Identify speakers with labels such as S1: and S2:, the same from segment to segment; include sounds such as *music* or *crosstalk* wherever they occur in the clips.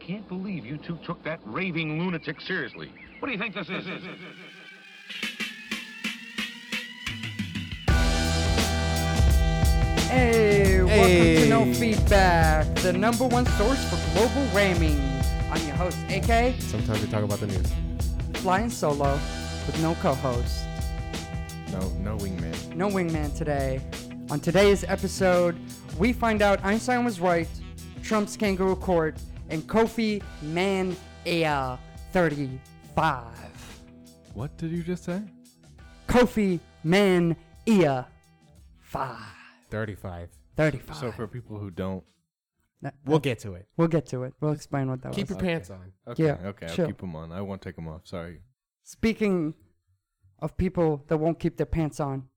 S1: can't believe you two took that raving lunatic seriously. What do you think this is?
S2: Hey, welcome to No
S3: Hey.
S2: Feedback, the number one source for global ramming. I'm your host, AK,
S3: Sometimes we talk about the news.
S2: flying solo with no co host,
S3: No, no wingman.
S2: no wingman today. On today's episode, we find out Einstein was right, Trump's kangaroo court, and Kofi Man Air 35.
S3: What did you just say?
S2: Kofi Man Air 5.
S3: 35.
S2: 35.
S3: So for people who don't,
S2: That-
S3: we'll get to it.
S2: we'll get to it. We'll explain what that was.
S3: Keep your pants on. Okay,
S2: Yeah,
S3: okay.
S2: chill.
S3: I'll keep them on. I won't take them off. Sorry.
S2: Speaking of people that won't keep their pants on,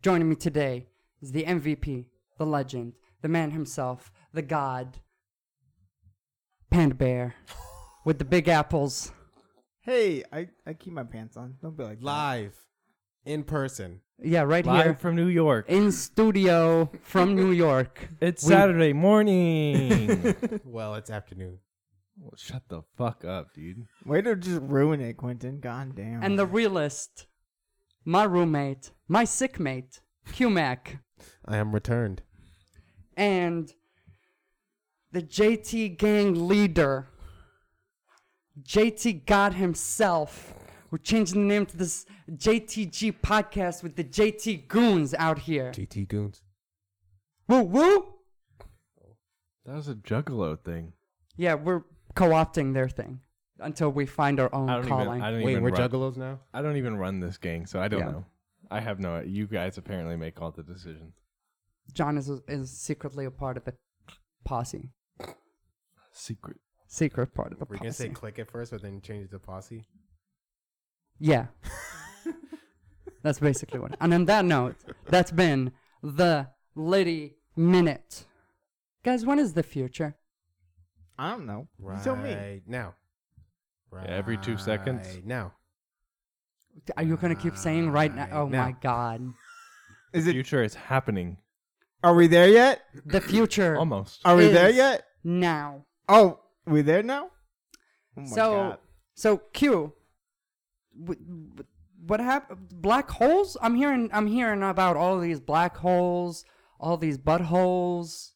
S2: joining me today is the MVP, the legend, the man himself, the god, Panda Bear, with the big apples.
S4: Hey, I, I keep my pants on. Don't be like that.
S3: Live, in person.
S2: Yeah, right here
S5: Live from New York.
S2: in studio from New York.
S5: It's
S2: We-
S5: Saturday morning.
S3: well, it's afternoon. Well, shut the. F-
S5: Fuck up, dude.
S4: Way to just ruin it, Quentin. God damn.
S2: And the realist, my roommate, my sick mate, QMac,
S3: I am returned.
S2: and the JT gang leader, JT God himself. We're changing the name to this JTG podcast with the JT goons out here.
S3: GT goons.
S2: Woo woo!
S3: That was a juggalo thing.
S2: Yeah, we're co opting their thing until we find our own
S3: I don't
S2: calling.
S3: even. I don't
S6: Wait,
S3: even
S6: we're
S3: run,
S6: juggalos now?
S3: I don't even run this gang, so I don't
S2: Yeah.
S3: know. I have no. You guys apparently make all the decisions.
S2: John is, is secretly a part of the posse.
S3: Secret.
S2: Secret part of the
S6: We're
S2: posse.
S6: gonna say click at first, but then change it to posse.
S2: Yeah. that's basically what. And on that note, that's been the Liddy Minute. Guys, what is the future?
S4: I don't know.
S6: Right
S4: You tell me.
S6: now. Right
S3: every two seconds.
S6: Now.
S2: Are you going to keep saying right now? Oh
S6: Now.
S2: my God.
S4: Is
S3: The
S4: it?
S3: future is happening.
S4: Are we there yet?
S2: The future
S6: Oh
S3: Almost.
S4: Are we there
S2: Is.
S4: yet?
S2: now.
S4: Oh, we there now? Oh my
S2: so,
S4: God.
S2: so Q, w- w- what happened? Black holes? I'm hearing, I'm hearing about all these black holes, all these buttholes,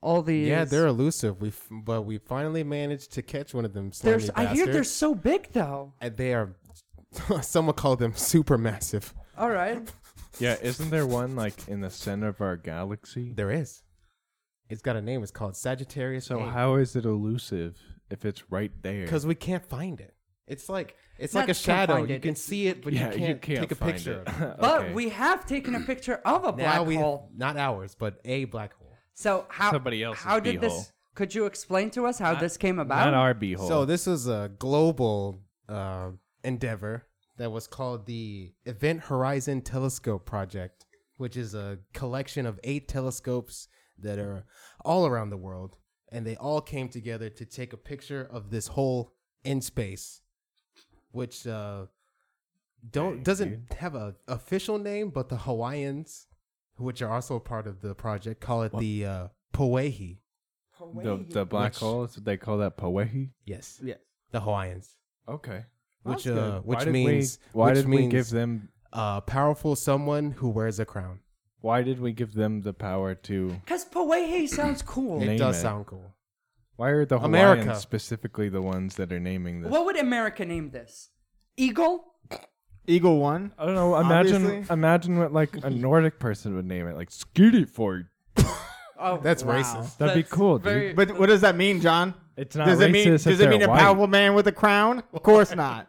S2: all these.
S6: Yeah, they're elusive. We f- but we finally managed to catch one of them.
S2: they're
S6: Slimy
S2: s- I hear they're
S6: bastards.
S2: so big though.
S6: And they are. *laughs* Some would call them *laughs* super massive.
S2: All right.
S3: Yeah, isn't there one like in the center of our galaxy?
S6: There is. It's got a name. It's called Sagittarius.
S3: So how is it elusive if it's right there?
S6: Because we can't find it. It's like it's
S2: Not
S6: like a
S2: you can't
S6: shadow.
S2: find
S6: You
S2: it.
S6: can see it, but
S3: yeah,
S6: you, can't take a
S3: find
S6: picture.
S3: it.
S6: Of
S3: *laughs*
S6: it.
S2: But
S3: Okay.
S2: we have taken a picture of a *laughs* black
S6: now we
S2: hole.
S6: not ours, but a black hole.
S2: So how
S3: Somebody else's
S2: how did
S3: beehole.
S2: this? Could you explain to us how this came about?
S3: not our beehole.
S6: So this was a global uh, endeavor that was called the Event Horizon Telescope Project, which is a collection of eight telescopes that are all around the world, and they all came together to take a picture of this hole in space, which uh, don't doesn't have a official name, but the Hawaiians, which are also part of the project, call it the uh, Poehi.
S3: the, the black
S6: Which-
S3: hole is what they call that Poehi.
S6: Yes,
S5: Yes.
S6: the Hawaiians.
S3: Okay.
S6: Which,
S3: That's good.
S6: uh, which
S3: why did we-
S6: means-
S3: why
S6: which
S3: did we give
S6: means-
S3: them
S6: a powerful someone who wears a crown.
S3: why did we give them the power to
S2: Because Poehe sounds cool.
S3: Yeah. Name
S6: it does
S3: it.
S6: sound cool.
S3: why are the Hawaiians
S6: America.
S3: specifically the ones that are naming this?
S2: what would America name this? Eagle?
S4: Eagle One.
S3: I don't know. Imagine
S4: Obviously.
S3: imagine what like a Nordic person would name it, like Skidiford.
S2: Oh,
S6: That's racist.
S3: That'd be cool, dude.
S4: But what does that mean, John?
S3: It's not
S4: does
S3: racist
S4: it mean,
S3: if
S4: does it
S3: they're
S4: mean a
S3: white.
S4: powerful man with a crown? Of course not.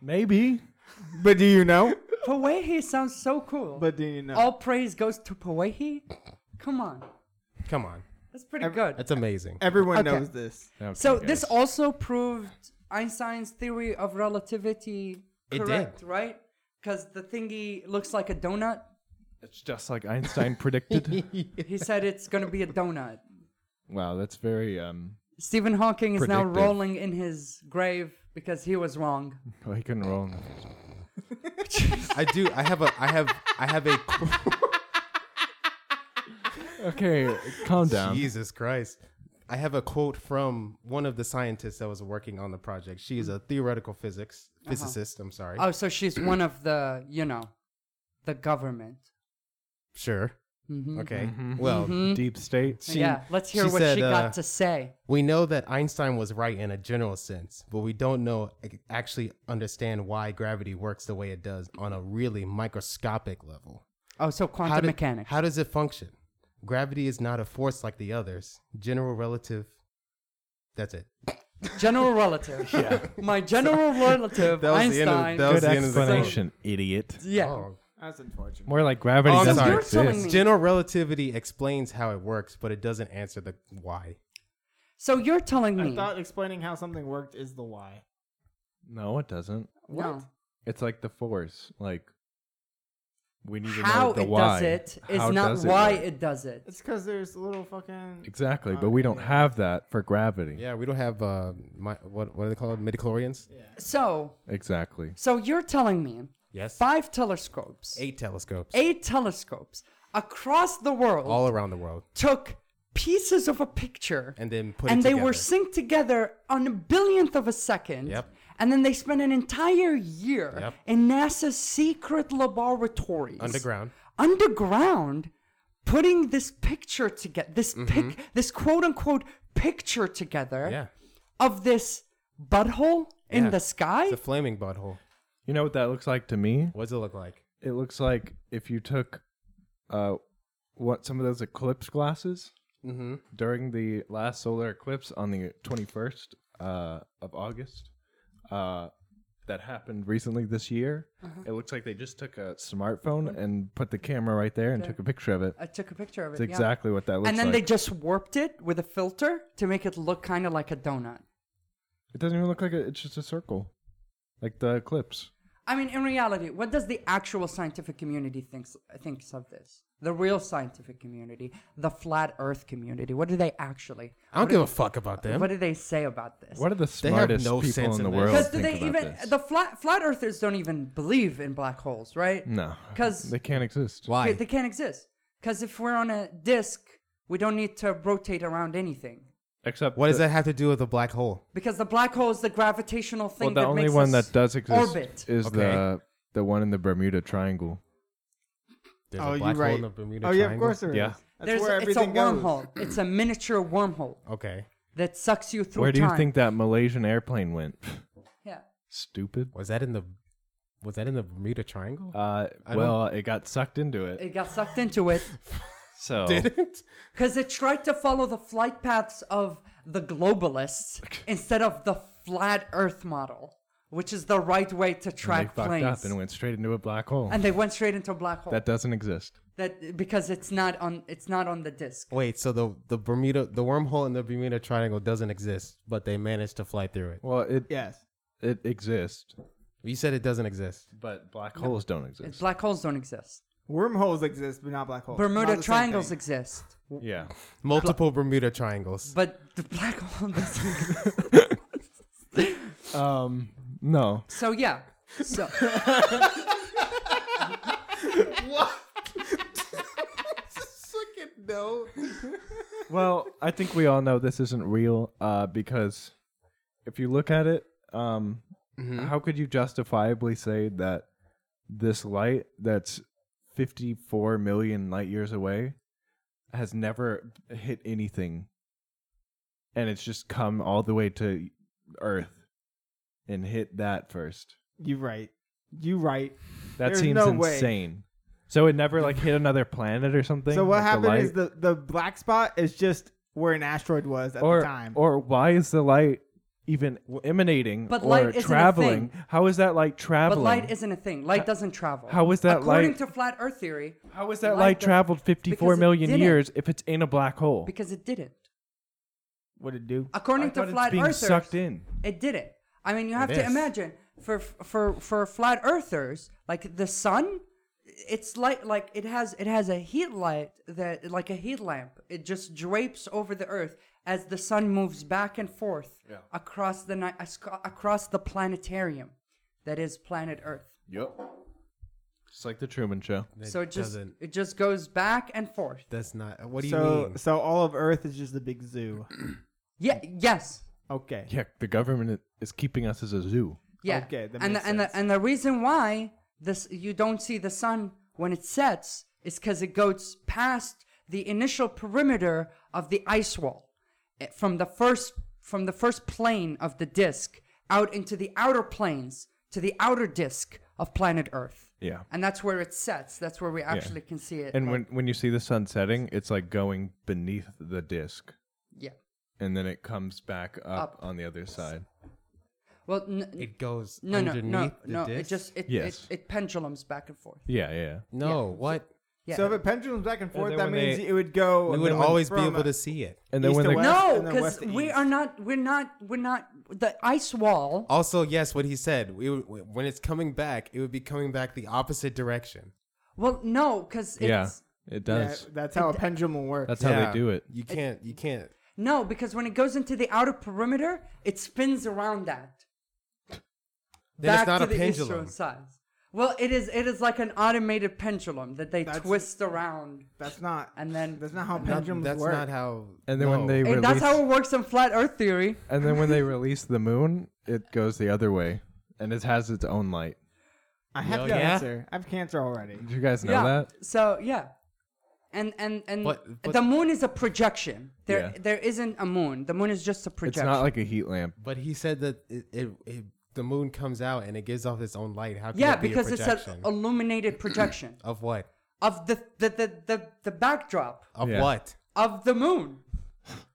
S3: Maybe.
S4: but do you know?
S2: Poehe sounds so cool.
S4: *laughs* But do you know?
S2: all praise goes to Poehe. Come on,
S6: Come on.
S2: that's pretty good.
S6: That's amazing.
S4: Everyone
S2: Okay.
S4: knows this.
S3: Okay,
S2: so this
S3: guys.
S2: also proved Einstein's theory of relativity
S6: It did.
S2: correct, right? Because the thingy looks like a donut.
S3: it's just like
S6: *laughs*
S3: Einstein predicted.
S2: He said it's gonna be a donut.
S3: wow, that's very um
S2: Stephen Hawking is now
S3: Predictive.
S2: rolling in his grave because he was wrong.
S3: oh, he couldn't roll.
S6: I do. I have a. I have. I have *laughs* a. qu-
S3: Okay, calm down.
S6: Jesus Christ. I have a quote from one of the scientists that was working on the project. She is a theoretical physics physicist. I'm sorry.
S2: Oh, so she's one of the, you know, the government.
S6: sure.
S2: Mhm.
S6: Okay. Well,
S3: Deep state.
S2: yeah, let's hear
S6: she
S2: what
S6: said,
S2: she
S6: uh,
S2: got to say.
S6: we know that Einstein was right in a general sense, but we don't know eh, actually understand why gravity works the way it does on a really microscopic level.
S2: Oh, so quantum
S6: do-
S2: mechanics.
S6: How does it function? Gravity is not a force like the others. General relative. That's it.
S2: *laughs* general
S6: *laughs*
S2: relative. *laughs* My general relative,
S6: That was the end of-
S2: Einstein.
S6: that was
S3: Good
S6: the end of the quote.
S3: explanation, idiot.
S2: yeah.
S6: Oh.
S4: That's unfortunate.
S3: More like gravity
S6: Oh, I'm
S3: doesn't
S6: sorry.
S2: You're telling
S3: exist.
S2: me-
S6: General relativity explains how it works, but it doesn't answer the why.
S2: So you're telling me.
S4: I thought explaining how something worked is the why.
S3: No, it doesn't.
S2: no.
S3: It's like the force. Like we need to
S2: How
S3: know the
S2: it
S3: why.
S2: does it is
S3: How
S2: not
S3: does
S2: why
S3: work.
S2: it Uh, does it.
S4: It's because there's a little fucking.
S3: Exactly, but we don't have that for gravity.
S6: Yeah, we don't have uh, my, what what are they called? Midichlorians?
S2: So,
S3: Exactly.
S2: so you're telling me
S6: Yes.
S2: five telescopes,
S6: Eight telescopes
S2: eight telescopes across the world
S6: all around the world,
S2: took pieces of a picture
S6: and then put
S2: and
S6: it
S2: they
S6: together.
S2: were synced together on a billionth of a second.
S6: Yep.
S2: And then they spent an entire year
S6: Yep.
S2: in NASA's secret laboratories
S6: underground.
S2: underground putting this picture together this pic this quote unquote picture together
S6: Mm-hmm. Yeah,
S2: of this butthole in
S6: Yeah.
S2: the sky
S6: it's a flaming butthole.
S3: You know what that looks like to me?
S6: What does it look like?
S3: It looks like if you took uh what some of those eclipse glasses
S6: Mm-hmm.
S3: during the last solar eclipse on the 21st uh, of August uh, that happened recently this year.
S2: Uh-huh.
S3: It looks like they just took a smartphone and put the camera right there and took a picture of it.
S2: i took a picture Mm-hmm. of it
S3: That's
S2: yeah.
S3: exactly what that looks
S2: and then they
S3: like.
S2: just warped it with a filter to make it look kind of like a donut
S3: it doesn't even look like a, it's just a circle, like the eclipse.
S2: i mean in reality what does the actual scientific community thinks thinks of this the real scientific community the flat earth community what do they actually
S6: I don't give a fuck about them.
S2: what do they say about this
S3: What are the
S6: have
S3: smartest
S6: no
S3: people
S6: sense
S3: in the
S6: in
S3: world?
S2: Because
S6: Because
S2: do
S3: think
S2: they
S3: about
S2: even
S3: this?
S2: the flat flat earthers don't even believe in black holes, right?
S3: no,
S2: 'cause-
S3: they can't exist.
S2: They,
S6: Why?
S2: they can't exist. Because if we're on a disk, we don't need to rotate around anything.
S3: Except
S6: What
S3: the-
S6: does that have to do with a black hole?
S2: Because the black hole is the gravitational thing
S3: Well, the
S2: that
S3: only
S2: makes
S3: one
S2: us
S3: that does exist
S2: orbit.
S3: is
S6: Okay.
S3: the the one in the Bermuda Triangle.
S6: There's
S4: oh,
S6: a
S4: you're
S6: black
S4: right.
S6: hole in the Bermuda
S4: oh, yeah, of
S6: Triangle?
S4: course there is.
S3: Yeah.
S4: That's
S2: There's a-
S4: where
S2: it's a
S4: everything goes.
S2: wormhole. it's a miniature wormhole
S6: Okay.
S2: that sucks you through
S3: Where do you
S2: time.
S3: think that Malaysian airplane went? *sighs*
S2: Yeah.
S3: Stupid.
S6: Was that in the was that in the
S3: *laughs*
S6: Bermuda Triangle?
S3: Uh,
S6: I don't-
S3: well, it got sucked into it.
S2: It got sucked into it
S3: So
S6: it?
S2: because it tried to follow the flight paths of the
S3: *laughs*
S2: globalists instead of the flat Earth model, which is the right way to *laughs*
S3: they
S2: track
S3: fucked up
S2: planes.
S3: and went straight into a black hole.
S2: and they went straight into a black hole.
S3: that doesn't exist.
S2: that because it's not on it's not on the disc.
S6: Wait, so the the Bermuda the wormhole in the Bermuda Triangle doesn't exist, but they managed to fly through it.
S3: Well, it
S4: Yes.
S3: it exists,
S6: You said it doesn't exist.
S3: but black holes don't exist.
S2: Black holes don't exist.
S4: Wormholes exist, but not black holes. Not
S2: Bermuda
S4: the same
S2: triangles
S4: *laughs* thing.
S2: exist,
S3: yeah,
S6: Multiple Bermuda Triangles.
S2: but the black *laughs* hole doesn't. exist.
S3: no,
S2: so yeah. So
S4: *laughs*
S6: no.
S3: well, I think we all know this isn't real uh, because if you look at it, um,
S4: Mm-hmm.
S3: how could you justifiably say that this light that's 54 million light years away has never hit anything and it's just come all the way to Earth and hit that first?
S4: You right. You right.
S3: That
S4: There's
S3: seems
S4: no way.
S3: insane. So it never like hit another planet or something.
S4: So what
S3: Like, the
S4: happened
S3: light-
S4: is the the black spot is just where an asteroid was at
S3: or
S4: the time.
S3: or why is the light even emanating
S2: But
S3: or
S2: light isn't a
S3: traveling?
S2: thing.
S3: How is that light
S2: but
S3: traveling?
S2: light isn't a thing. Light doesn't travel.
S3: How is that
S2: According
S3: light-
S2: to flat earth theory,
S3: How is that light,
S2: light does-
S3: traveled fifty-four
S2: because it
S3: million
S2: didn't.
S3: years if it's in a black hole?
S2: because it didn't.
S4: what it do?
S2: According
S3: I thought
S2: to flat
S3: it's being
S2: earthers,
S3: sucked in.
S2: It didn't. I mean, you have to
S6: is.
S2: imagine for for for flat earthers, like the sun, it's light like it has it has a heat light that like a heat lamp. It just drapes over the earth as the sun moves back and forth across the night across the planetarium that is planet Earth.
S3: Yep. Just like the Truman Show.
S6: That
S2: so it just
S6: doesn't.
S2: it just goes back and forth.
S6: That's not. What do you
S4: so,
S6: mean?
S4: so all of Earth is just a big zoo.
S2: Yeah. Yes.
S4: Okay.
S3: Yeah, the government is keeping us as a zoo.
S2: Yeah.
S4: Okay, that
S2: and
S4: makes
S2: the, and
S4: sense.
S2: the and the reason why this you don't see the sun when it sets is because it goes past the initial perimeter of the ice wall eh, from the first from the first plane of the disk out into the outer planes to the outer disk of planet Earth.
S3: Yeah.
S2: And that's where it sets. That's where we actually can see it.
S3: And
S2: like-
S3: when when you see the sun setting, it's like going beneath the disc,
S2: yeah.
S3: and then it comes back up,
S2: Up.
S3: on the other side.
S2: Well, n-
S6: it goes
S2: no, no,
S6: underneath
S2: no,
S6: the
S2: no. It
S6: disc?
S2: just it,
S3: Yes.
S2: it it pendulums back and forth.
S3: Yeah, yeah.
S6: no. What?
S2: Yeah.
S4: So if it pendulums back and forth,
S3: then
S4: that
S3: when
S4: means
S3: they-
S4: it would go.
S6: We
S4: and
S6: would
S4: then when
S6: always be
S4: from-
S6: able to see it.
S3: And then
S4: East
S3: when
S4: to
S3: they
S4: west.
S2: No,
S4: and then west
S2: because
S4: to
S2: we
S4: east.
S2: are not. We're not. We're not. The ice wall.
S6: Also, yes, what he said. We would, when it's coming back, it would be coming back the opposite direction.
S2: Well, no, because it's
S3: yeah, it
S4: Yeah,
S3: does.
S4: that's how a pendulum works.
S3: That's how
S6: Yeah.
S3: they do it.
S6: You can't. You can't.
S2: no, because when it goes into the outer perimeter, it spins around that.
S6: Then
S2: back
S6: it's not
S2: to
S6: a
S2: the
S6: pendulum.
S2: eastern sides. Well, it is. It is like an automated pendulum that they
S4: That's-
S2: twist around,
S4: That's not.
S2: and then
S4: That's not how
S6: Not-
S4: pendulums
S6: that's
S4: work.
S6: not how.
S3: And then when
S6: no.
S3: they
S2: and
S3: release,
S2: that's how it works in flat Earth theory.
S3: and then when they release the moon, it goes the other way, and it has its own light.
S4: I have
S6: Oh, yeah?
S4: cancer. I have cancer already.
S3: Did you guys know
S2: yeah.
S3: that?
S2: So yeah, and and and
S6: But- but-
S2: the moon is a projection. There
S3: Yeah.
S2: there isn't a moon. The moon is just a
S3: It's
S2: projection.
S3: not like a heat lamp.
S6: But he said that it, it, it the moon comes out and it gives off its own light. How can
S2: yeah,
S6: it be
S2: because
S6: a
S2: it's
S6: projection
S2: an illuminated projection.
S6: of what?
S2: of the the the the, the backdrop
S6: Of
S3: Yeah.
S6: what?
S2: of the moon.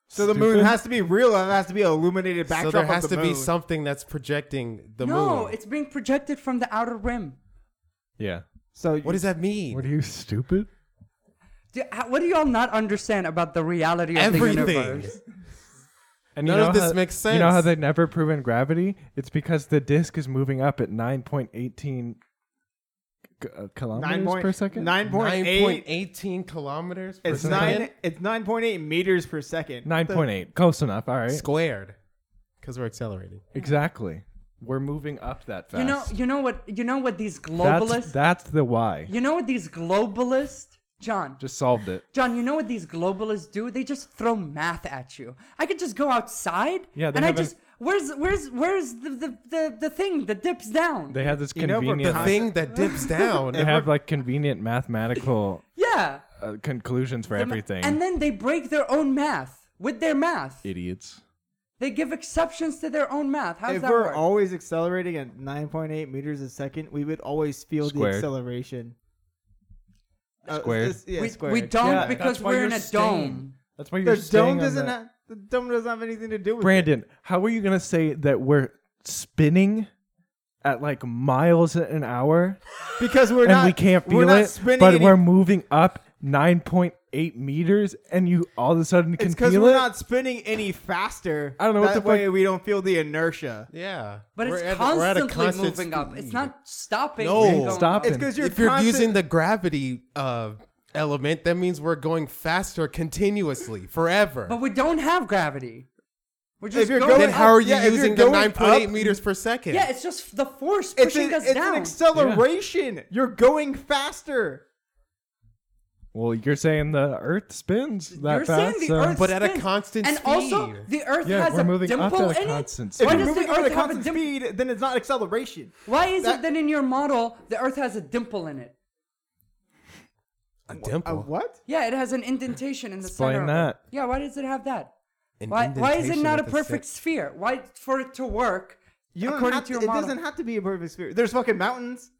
S4: So the moon has to be real, and it has to be an illuminated
S6: so
S4: backdrop.
S6: there has
S4: of
S6: to
S4: the
S6: be
S4: moon.
S6: something that's projecting the
S2: no,
S6: moon.
S2: it's being projected from the outer rim.
S3: Yeah.
S4: So
S6: What does that mean?
S3: What are you stupid?
S2: Do, how- what do y'all not understand about the reality of the
S6: Everything.
S2: universe?
S3: And
S6: None of this
S3: how-
S6: makes
S3: You know how
S6: sense.
S3: they've never proven gravity? It's because the disk is moving up at 9.18 k- uh, kilometers
S4: nine point
S3: per second?
S4: Nine point eight.
S6: 9.18 kilometers per
S4: It's
S6: second
S4: nine. It's nine point eight meters per second.
S3: 9.8. Close enough. All right.
S6: squared because we're accelerating.
S3: Exactly. We're moving up that fast.
S2: You know, you know what, you know what these
S3: that's,
S2: globalists,
S3: that's the why.
S2: you know what these globalists, John,
S3: Just solved it.
S2: John, you know what these globalists do? They just throw math at you. I could just go outside,
S3: Yeah, they
S2: and I
S3: haven't-
S2: just where's where's where's the the, the, the thing that dips down?
S3: They have this
S4: You know, for
S3: convenient.
S4: con-
S6: Thing that dips down.
S3: they have like convenient mathematical
S2: yeah,
S3: uh, conclusions for
S2: The ma-
S3: everything.
S2: and then they break their own math with their math.
S3: Idiots.
S2: They give exceptions to their own math. How's
S4: If
S2: that
S4: we're
S2: work?
S4: always accelerating at nine point eight meters a second, we would always feel
S3: Squared.
S4: the acceleration. Uh,
S3: Squared.
S4: this- yeah,
S2: we,
S4: squared.
S2: we don't
S3: Yeah,
S2: because
S3: that's why
S2: we're
S3: you're
S2: in a
S3: staying.
S2: dome.
S3: That's why
S4: The
S3: you're
S4: dome
S3: staying on
S4: doesn't.
S3: that-
S4: Have, the dome doesn't have anything to do with
S3: Brandon, how are you going to say that we're spinning at like miles an hour
S4: it. because we're
S3: and
S4: not.
S3: we can't feel
S4: we're not
S3: it,
S4: spinning
S3: but
S4: any-
S3: we're moving up 9.8 meters and you all of a sudden can
S4: It's because
S3: feel
S4: we're
S3: it?
S4: not spinning any faster.
S3: I don't know what
S4: that
S3: the fuck-
S4: way we don't feel the inertia.
S6: yeah.
S2: But
S6: We're
S2: it's
S6: at- we're at a
S2: constantly
S6: constant
S2: moving up. It's
S6: speed.
S2: not stopping.
S6: No.
S2: and going
S3: Stop
S2: up.
S4: It's
S3: Then
S4: because you're
S6: if you're
S4: constant-
S6: using the gravity uh, element, that means we're going faster continuously forever.
S2: But we don't have gravity. We're just
S4: you're
S2: going.
S4: going-
S6: then
S2: up.
S6: how are you
S4: Yeah, if
S6: using the
S4: you're going
S6: 9.8
S4: up-
S6: meters per second?
S2: Yeah, it's just the force
S4: it's,
S2: pushing
S4: an-
S2: us
S4: it's
S2: down.
S4: an acceleration. You're going faster.
S3: Well, you're saying the Earth spins that
S2: You're
S3: fast.
S2: saying the
S3: so-
S2: Earth
S6: But at a
S2: spins.
S6: constant
S2: and also,
S6: speed.
S2: the Earth
S3: Yeah,
S2: has
S3: we're
S2: a
S3: moving up
S2: dimple
S3: at a
S2: in
S3: constant
S2: it.
S3: speed.
S2: Why
S4: If
S2: does
S4: you're
S2: the
S4: moving at a
S2: Earth have a
S4: constant
S2: dimple?
S4: speed, then it's not acceleration.
S2: Why is it
S4: That-
S2: that in your model the Earth has a dimple in it?
S6: a
S4: A
S6: dimple.
S4: what?
S2: Yeah, it has an indentation in the
S3: Explain
S2: center. of it.
S3: that.
S2: Yeah, why does it have that?
S6: An
S2: Why, why is it
S6: indentation
S2: not a
S6: with the
S2: perfect
S6: sec-
S2: sphere? Why for it to work?
S4: You don't
S2: according
S4: have
S2: to
S4: to,
S2: your
S4: it
S2: model.
S4: doesn't have to be a perfect sphere. There's fucking mountains.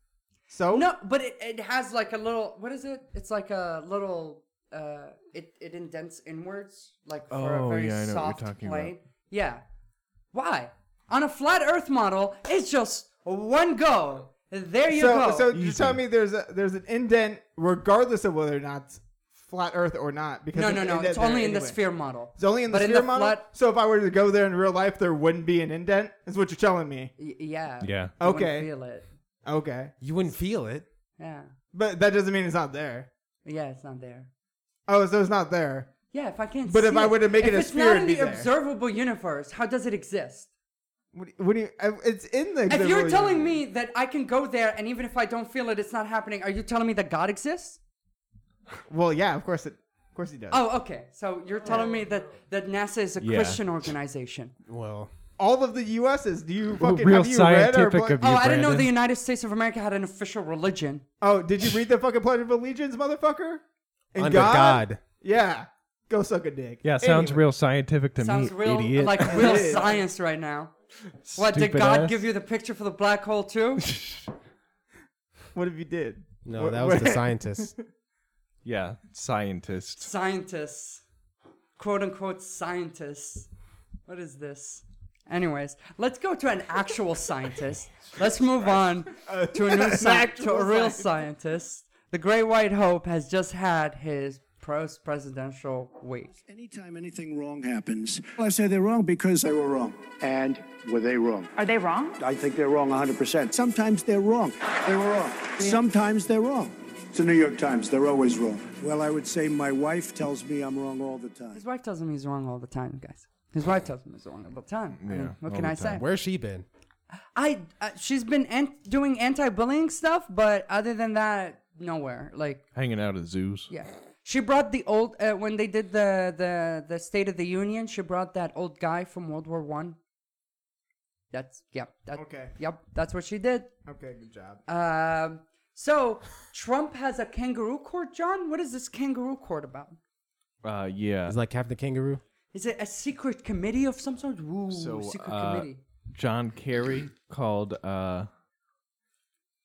S4: So
S2: No, but it, it has like a little. What is it? It's like a little. Uh, it it indents inwards, like for a
S3: Oh,
S2: very
S3: yeah, I know what you're
S2: soft
S3: talking about.
S2: plane. Yeah. Why? On a flat Earth model, it's just one go. There you
S4: so
S2: go.
S4: so you're telling me there's a there's an indent regardless of whether or not it's flat Earth or not. Because
S2: no,
S4: there's
S2: no,
S4: an
S2: no.
S4: indent
S2: It's
S4: there
S2: only in the
S4: anyway.
S2: sphere model.
S4: It's only in the
S2: but
S4: sphere model.
S2: Flat,
S4: So if I were to go there in real life, there wouldn't be an indent. Is what you're telling me?
S2: y- yeah.
S3: Yeah.
S2: You wouldn't
S4: Okay.
S2: Feel it.
S4: Okay,
S6: You wouldn't feel it.
S2: Yeah.
S4: but that doesn't mean it's not there.
S2: Yeah, it's not there.
S4: Oh, so it's not there.
S2: Yeah, if I can't.
S4: But
S2: see
S4: if I were to make
S2: if
S4: it a
S2: it's
S4: sphere,
S2: not
S4: it'd
S2: in
S4: be
S2: the
S4: there.
S2: observable universe, how does it exist?
S4: What do you, what do you, I- it's in the.
S2: If you're
S4: exhibit.
S2: telling me that I can go there and even if I don't feel it, it's not happening, are you telling me that God exists?
S4: well, yeah, of course it, of course he does.
S2: Oh, okay. So you're telling me that, that NASA is a Christian organization.
S6: Well,
S4: All of the U.S.'s. Do you
S3: Well,
S4: fucking
S3: real
S4: have you read our?
S3: scientific
S4: pla-
S3: of
S2: Oh,
S3: you,
S2: I didn't know the
S3: Brandon.
S2: United States of America had an official religion.
S4: Oh, did you read the fucking Pledge of Allegiance, motherfucker? And
S6: under God.
S4: Yeah. Go suck a dick.
S3: Yeah, sounds
S4: Anyway.
S3: real scientific to
S2: Sounds
S3: me,
S2: real,
S3: idiot.
S2: like
S4: *laughs*
S2: real science right now. What did
S3: Stupid
S2: God
S3: ass.
S2: give you the picture for the black hole too?
S4: What if you did?
S6: No,
S4: What-
S6: that was
S4: what-
S6: the
S4: *laughs*
S6: scientist.
S3: yeah, scientist.
S2: scientists, quote unquote scientists. What is this? Anyways, let's go to an actual scientist. Let's move on to a new sci- to a real scientist. The Great White Hope has just had his post presidential week.
S7: Anytime anything wrong happens, I say they're wrong because they were wrong. And were they wrong?
S8: Are they wrong?
S7: I think they're wrong 100%. Sometimes they're wrong. They were wrong. Sometimes they're wrong. It's the New York Times. They're always wrong. Well, I would say my wife tells me I'm wrong all the time.
S2: His wife tells him he's wrong all the time, guys. His wife tells him he's wrong all the time. I mean, what can I say?
S6: Where's she been?
S2: I uh, she's been an- doing anti-bullying stuff, but other than that, nowhere. Like
S3: Hanging out at zoos.
S2: Yeah. She brought the old uh, when they did the, the the State of the Union. She brought that old guy from World War One. That's yep. That,
S4: Okay.
S2: Yep. That's what she did.
S4: *laughs* Okay, good job.
S2: Um. So Trump has a kangaroo court, John. What is this kangaroo court about?
S3: Uh, yeah.
S6: It's like Captain Kangaroo.
S2: Is it a secret committee of some sort? Ooh,
S3: So,
S2: secret
S3: uh,
S2: committee.
S3: John Kerry called uh,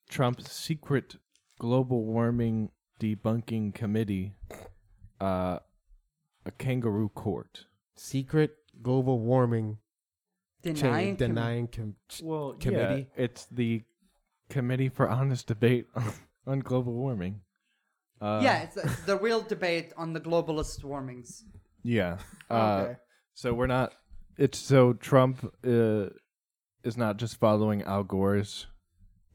S3: Trump's secret global warming debunking committee uh, a kangaroo court.
S6: Secret global warming
S2: Denying.
S6: chain
S2: com-
S6: denying com- ch-
S3: Well,
S6: committee.
S3: it's the Committee for Honest Debate *laughs* on Global Warming. Uh,
S2: yeah, it's, it's the real debate on the globalist warmings.
S3: Yeah. Uh,
S4: Okay.
S3: So we're not. It's so Trump uh, is not just following Al Gore's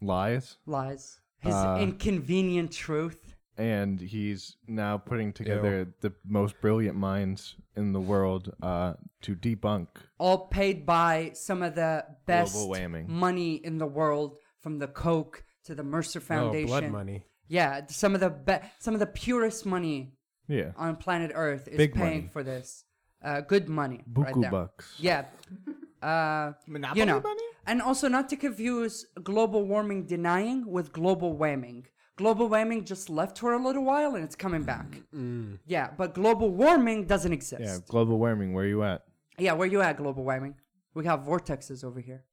S3: lies,
S2: Lies. His
S3: Uh,
S2: inconvenient truth.
S3: and he's now putting together the most brilliant minds in the world uh, to debunk.
S2: all paid by some of the best
S3: Global whamming.
S2: money in the world, from the Coke to the Mercer Foundation.
S6: Oh, blood money.
S2: Yeah, some of the be- some of the purest money
S3: Yeah.
S2: on planet Earth is
S3: Big
S2: paying
S3: money.
S2: for this. Uh, good money, right
S3: Buku
S2: there.
S3: bucks. *laughs*
S2: Yeah. Uh,
S4: Monopoly
S2: you know,
S4: money?
S2: and also not to confuse global warming denying with global whamming. Global whamming just left for a little while and it's coming back. Yeah, but global warming doesn't exist.
S3: Mm. Yeah. Global warming. Where you at?
S2: Yeah, where you at, global warming? We have vortexes over here.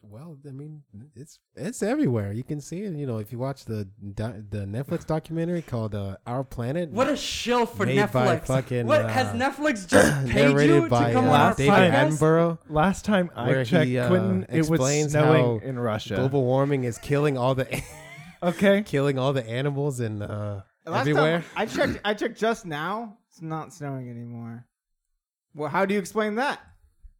S6: Well, I mean, it's it's everywhere. You can see it. You know, if you watch the do-
S2: *sighs*
S6: the Netflix documentary called uh, "Our Planet,"
S2: What a shill for
S6: Made by
S2: Netflix!
S6: fucking,
S2: what
S6: uh,
S2: has Netflix
S6: *clears throat*
S2: just paid you
S6: narrated
S2: to
S6: by
S2: come on
S6: uh,
S2: our
S6: David
S2: podcast?
S6: Attenborough,
S3: Last time I
S6: where
S3: checked,
S6: he uh,
S3: Quentin, it was
S6: explains
S3: snowing
S6: how
S3: in Russia.
S6: global warming is killing all the *laughs*
S3: okay.
S6: killing all the animals and uh,
S4: Last time
S6: everywhere.
S4: I checked. I checked just now. It's not snowing anymore. Well, how do you explain that?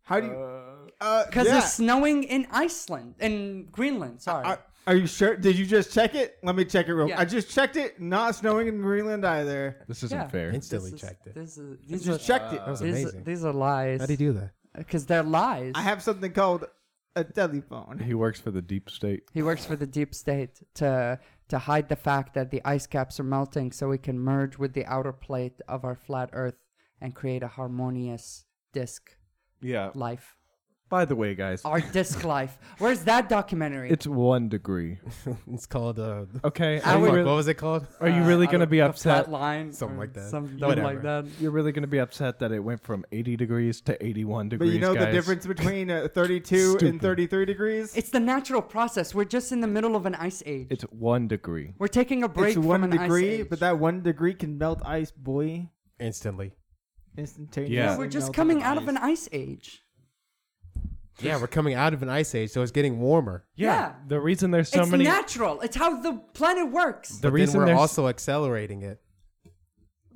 S4: How do
S6: Uh,
S4: you? uh,
S2: Because
S4: Because
S2: it's snowing in Iceland, in Greenland. Sorry.
S4: Are, are you sure? Did you just check it? Let me check it real.
S2: Yeah.
S4: I just checked it. Not snowing in Greenland either.
S3: This isn't
S2: Yeah.
S3: fair.
S2: This
S6: Instantly
S2: is-
S6: checked it.
S2: This is, these are,
S4: Just checked it.
S6: That was
S2: these,
S6: amazing.
S2: these are lies.
S6: How do you do that?
S2: Because they're lies.
S4: I have something called a telephone.
S3: He works for the deep state.
S2: he works for the deep state to to hide the fact that the ice caps are melting, so we can merge with the outer plate of our flat Earth and create a harmonious disc
S3: Yeah.
S2: life.
S3: By the way, guys,
S2: Our disc life. Where's that documentary?
S3: it's one degree.
S6: It's called uh,
S3: Okay.
S2: I
S3: Are you
S2: would-
S6: what
S3: really,
S6: was it called?
S3: are you really
S2: I
S3: gonna
S2: don't-
S3: be
S2: the
S3: upset?
S2: flat line,
S6: Something
S2: or
S6: like that.
S2: Something
S6: Whatever.
S2: like that.
S3: You're really gonna be upset that it went from 80 degrees to 81
S4: But
S3: degrees.
S4: you know the
S3: guys?
S4: difference
S6: *laughs*
S4: between uh, 32 and
S3: Stupid.
S4: 33 degrees.
S2: It's the natural process. We're just in the middle of an ice age.
S3: It's one degree.
S2: We're taking a break
S4: It's one
S2: from an ice
S4: degree,
S2: age.
S4: but that one degree can melt ice, boy,
S2: *laughs*
S6: Instantly.
S4: instantaneously.
S3: Yeah.
S2: we're just
S4: melted
S2: coming out of
S4: ice.
S2: an ice age.
S6: Yeah, we're coming out of an ice age, so it's getting warmer.
S2: Yeah.
S3: The reason there's so
S2: it's
S3: many.
S2: natural. It's how the planet works.
S3: the
S6: but
S3: reason
S6: then we're
S3: there's
S6: also accelerating it.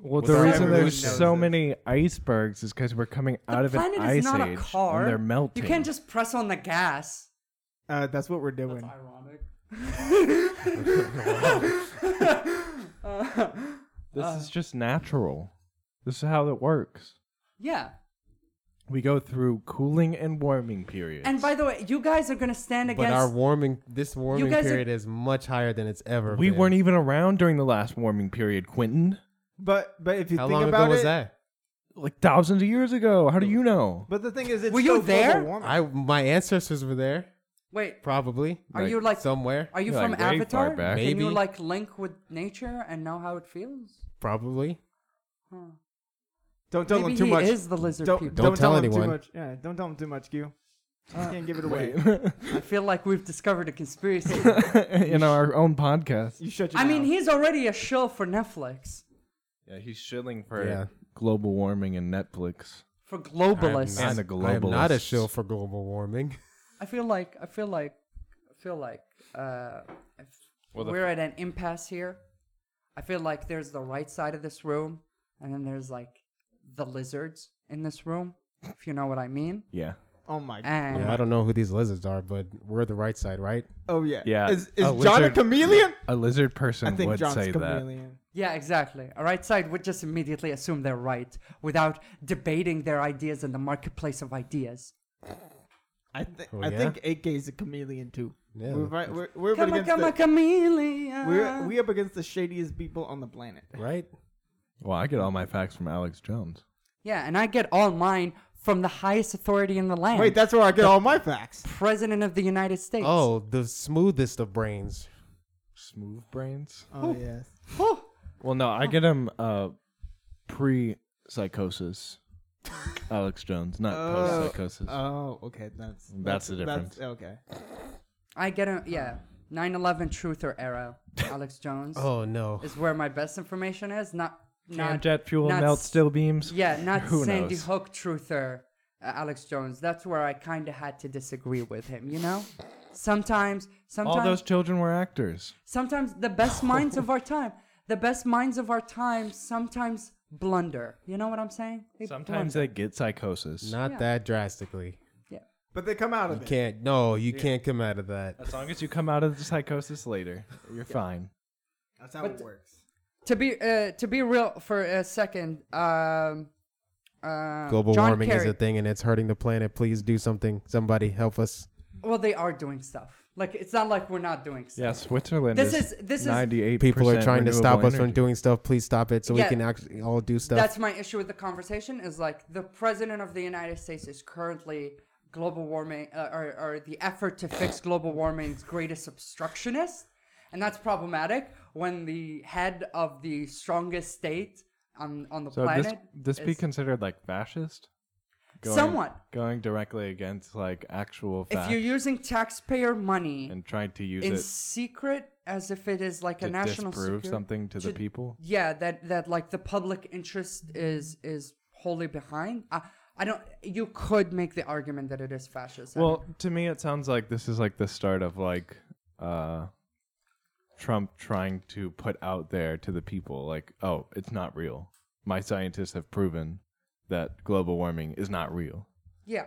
S3: well, the
S6: Well,
S3: reason
S6: everyone
S3: there's
S4: knows
S3: so
S4: it.
S3: many icebergs is because we're coming
S2: The
S3: out of an
S2: planet
S3: ice
S2: is not
S3: age
S2: a car.
S3: and they're melting.
S2: You can't just press on the gas.
S4: Uh, that's what
S2: *laughs*
S4: we're doing.
S2: Ironic. uh,
S3: This is just natural. This is how it works.
S2: Yeah.
S3: We go through cooling and warming periods.
S2: And by the way, you guys are gonna stand
S6: But
S2: against.
S6: our warming, this warming
S2: guys are-
S6: period is much higher than it's ever
S3: we
S6: been.
S3: weren't even around during the last warming period, Quentin.
S4: But but if you
S6: How
S4: think
S6: long
S4: about
S6: ago was
S4: it,
S6: that?
S3: Like thousands of years ago. How do you know?
S4: But the thing is, it's
S2: Were you
S4: still global
S2: there?
S4: warming.
S6: I my ancestors were there,
S2: wait,
S6: probably.
S2: Are you, like-
S6: somewhere?
S2: are you
S3: You're,
S2: from
S3: like, way
S2: Avatar?
S3: far back.
S2: Can you
S6: Maybe.
S2: like link with nature and know how it feels?
S6: Probably.
S2: Huh.
S4: don't tell
S2: Maybe
S4: them too
S2: he
S4: much.
S2: is the lizard
S4: don't,
S2: people. Uh,
S6: Don't tell
S4: them
S6: anyone.
S4: Too much. Yeah, don't tell them too much, Q. I can't give it away.
S2: I feel like we've discovered a conspiracy.
S3: *laughs* In our own podcast.
S4: You shut your
S2: I mean,
S4: mouth.
S2: he's already a shill for Netflix
S3: Yeah, he's shilling for
S6: Yeah.
S3: global warming and Netflix.
S2: for
S6: I am
S2: globalists.
S6: not-
S3: And the
S6: I am not a
S3: globalists.
S6: shill for global warming.
S2: I feel like I feel like I feel like uh, if we're at an impasse here. I feel like there's the right side of this room, and then there's like the lizards in this room, if you know what I mean.
S3: Yeah.
S4: oh my.
S2: And
S6: Yeah, I don't know who these lizards are, but we're the right side, right?
S4: Oh yeah.
S3: Yeah.
S4: Is, is
S3: A
S4: John a
S3: lizard-
S4: chameleon?
S3: A lizard
S4: I
S3: person
S4: think
S3: would
S4: John's
S3: say
S4: a
S3: that.
S4: chameleon.
S2: yeah, exactly. A right side would just immediately assume they're right without debating their ideas in the marketplace of ideas.
S4: I think
S6: Oh,
S4: I
S6: yeah?
S4: think AK is a chameleon too.
S6: Yeah.
S4: We're right. We're, we're up
S2: Come on,
S4: against
S2: come on,
S4: the,
S2: chameleon.
S4: we're we up against the shadiest people on the planet.
S6: Right?
S3: Well, I get all my facts from Alex Jones.
S2: yeah, and I get all mine from the highest authority in the land.
S4: Wait, that's where I get all my facts.
S2: President of the United States.
S6: Oh, the smoothest of brains.
S3: Smooth brains.
S4: Oh yes.
S2: Whew.
S3: Uh, Well, no, I get him uh, pre psychosis. Alex Jones, not
S4: Oh,
S3: post psychosis.
S4: Oh, okay. That's
S3: That's the difference.
S4: okay.
S2: I get him. Yeah, 9/11 Truth or
S4: *laughs*
S2: Arrow. Alex Jones
S6: Oh no.
S2: is where my best information is. Not
S3: Can
S2: not
S3: jet fuel
S2: not
S3: melt
S2: s-
S3: steel beams.
S2: Yeah, not
S3: Who
S2: Sandy
S3: knows?
S2: Hook Truth or uh, Alex Jones. That's where I kind of had to disagree with him. You know, sometimes sometimes
S3: All those children were actors.
S2: sometimes the best minds of our time, the best minds of our time, sometimes blunder. You know what I'm saying? They
S3: Sometimes
S2: blunder.
S3: they get psychosis.
S6: Not
S2: Yeah.
S6: that drastically.
S4: But they come out of
S6: You
S4: it.
S6: can't no, you can't come out of that.
S3: As long as you come out of the psychosis later, you're fine.
S4: That's how
S2: But-
S4: it works.
S2: to be uh, to be real for a second. Um, uh,
S6: Global
S2: John
S6: warming is
S2: Kerry-
S6: a thing and it's hurting the planet. Please do something. Somebody help us.
S2: Well, they are doing stuff. Like it's not like we're not doing stuff.
S3: Yeah, Switzerland
S2: This
S3: is,
S2: is- this is-
S3: 98
S6: People are trying to stop us from doing stuff. Please stop it so
S2: Yeah.
S6: we can actually all do stuff.
S2: That's my issue with the conversation. Is like the president of the United States is currently global warming uh, or, or the effort to fix global warming's greatest obstructionist, and that's problematic when the head of the strongest state on on the
S3: So this,
S2: planet.
S3: this be
S2: is-
S3: considered like fascist?
S2: Somewhat.
S3: Going directly against like actual
S2: if
S3: facts
S2: you're using taxpayer money
S3: and trying to use
S2: in
S3: it
S2: secret as if it is like
S3: to
S2: a national
S3: disprove
S2: security-
S3: something to, the
S2: to-
S3: people.
S2: yeah that that like the public interest is is wholly behind i i don't you could make the argument that it is fascist I
S3: Well,
S2: mean,
S3: to me, it sounds like this is like the start of like uh, Trump trying to put out there to the people, like, oh, it's not real. My scientists have proven that global warming is not real,
S2: yeah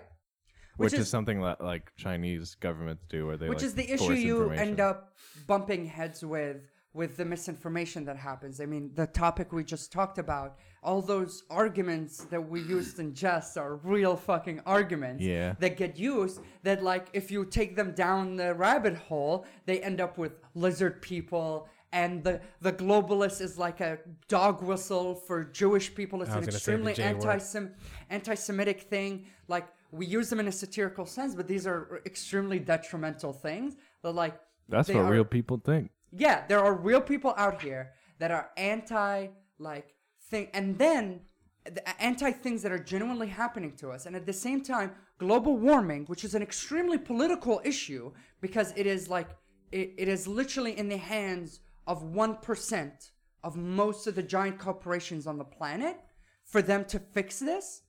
S3: which,
S2: which,
S3: is, something that like Chinese governments do, where they
S2: which
S3: like,
S2: is the issue
S3: force
S2: you
S3: information.
S2: end up bumping heads with with the misinformation that happens i mean the topic we just talked about all those arguments that we used in jest are real fucking arguments
S3: Yeah.
S2: that get used that like if you take them down the rabbit hole they end up with lizard people and the the globalist is like a dog whistle for jewish people it's
S6: I
S2: an
S6: was gonna say the
S2: extremely
S6: J word.
S2: anti some anti-Semitic thing. Like we use them in a satirical sense, but these are extremely detrimental things. But like
S3: That's
S2: they
S3: what
S2: are-
S3: real people think.
S2: Yeah, there are real people out here that are anti like thing, and then the anti things that are genuinely happening to us. And at the same time, global warming, which is an extremely political issue because it is like it, it is literally in the hands of one percent of most of the giant corporations on the planet for them to fix this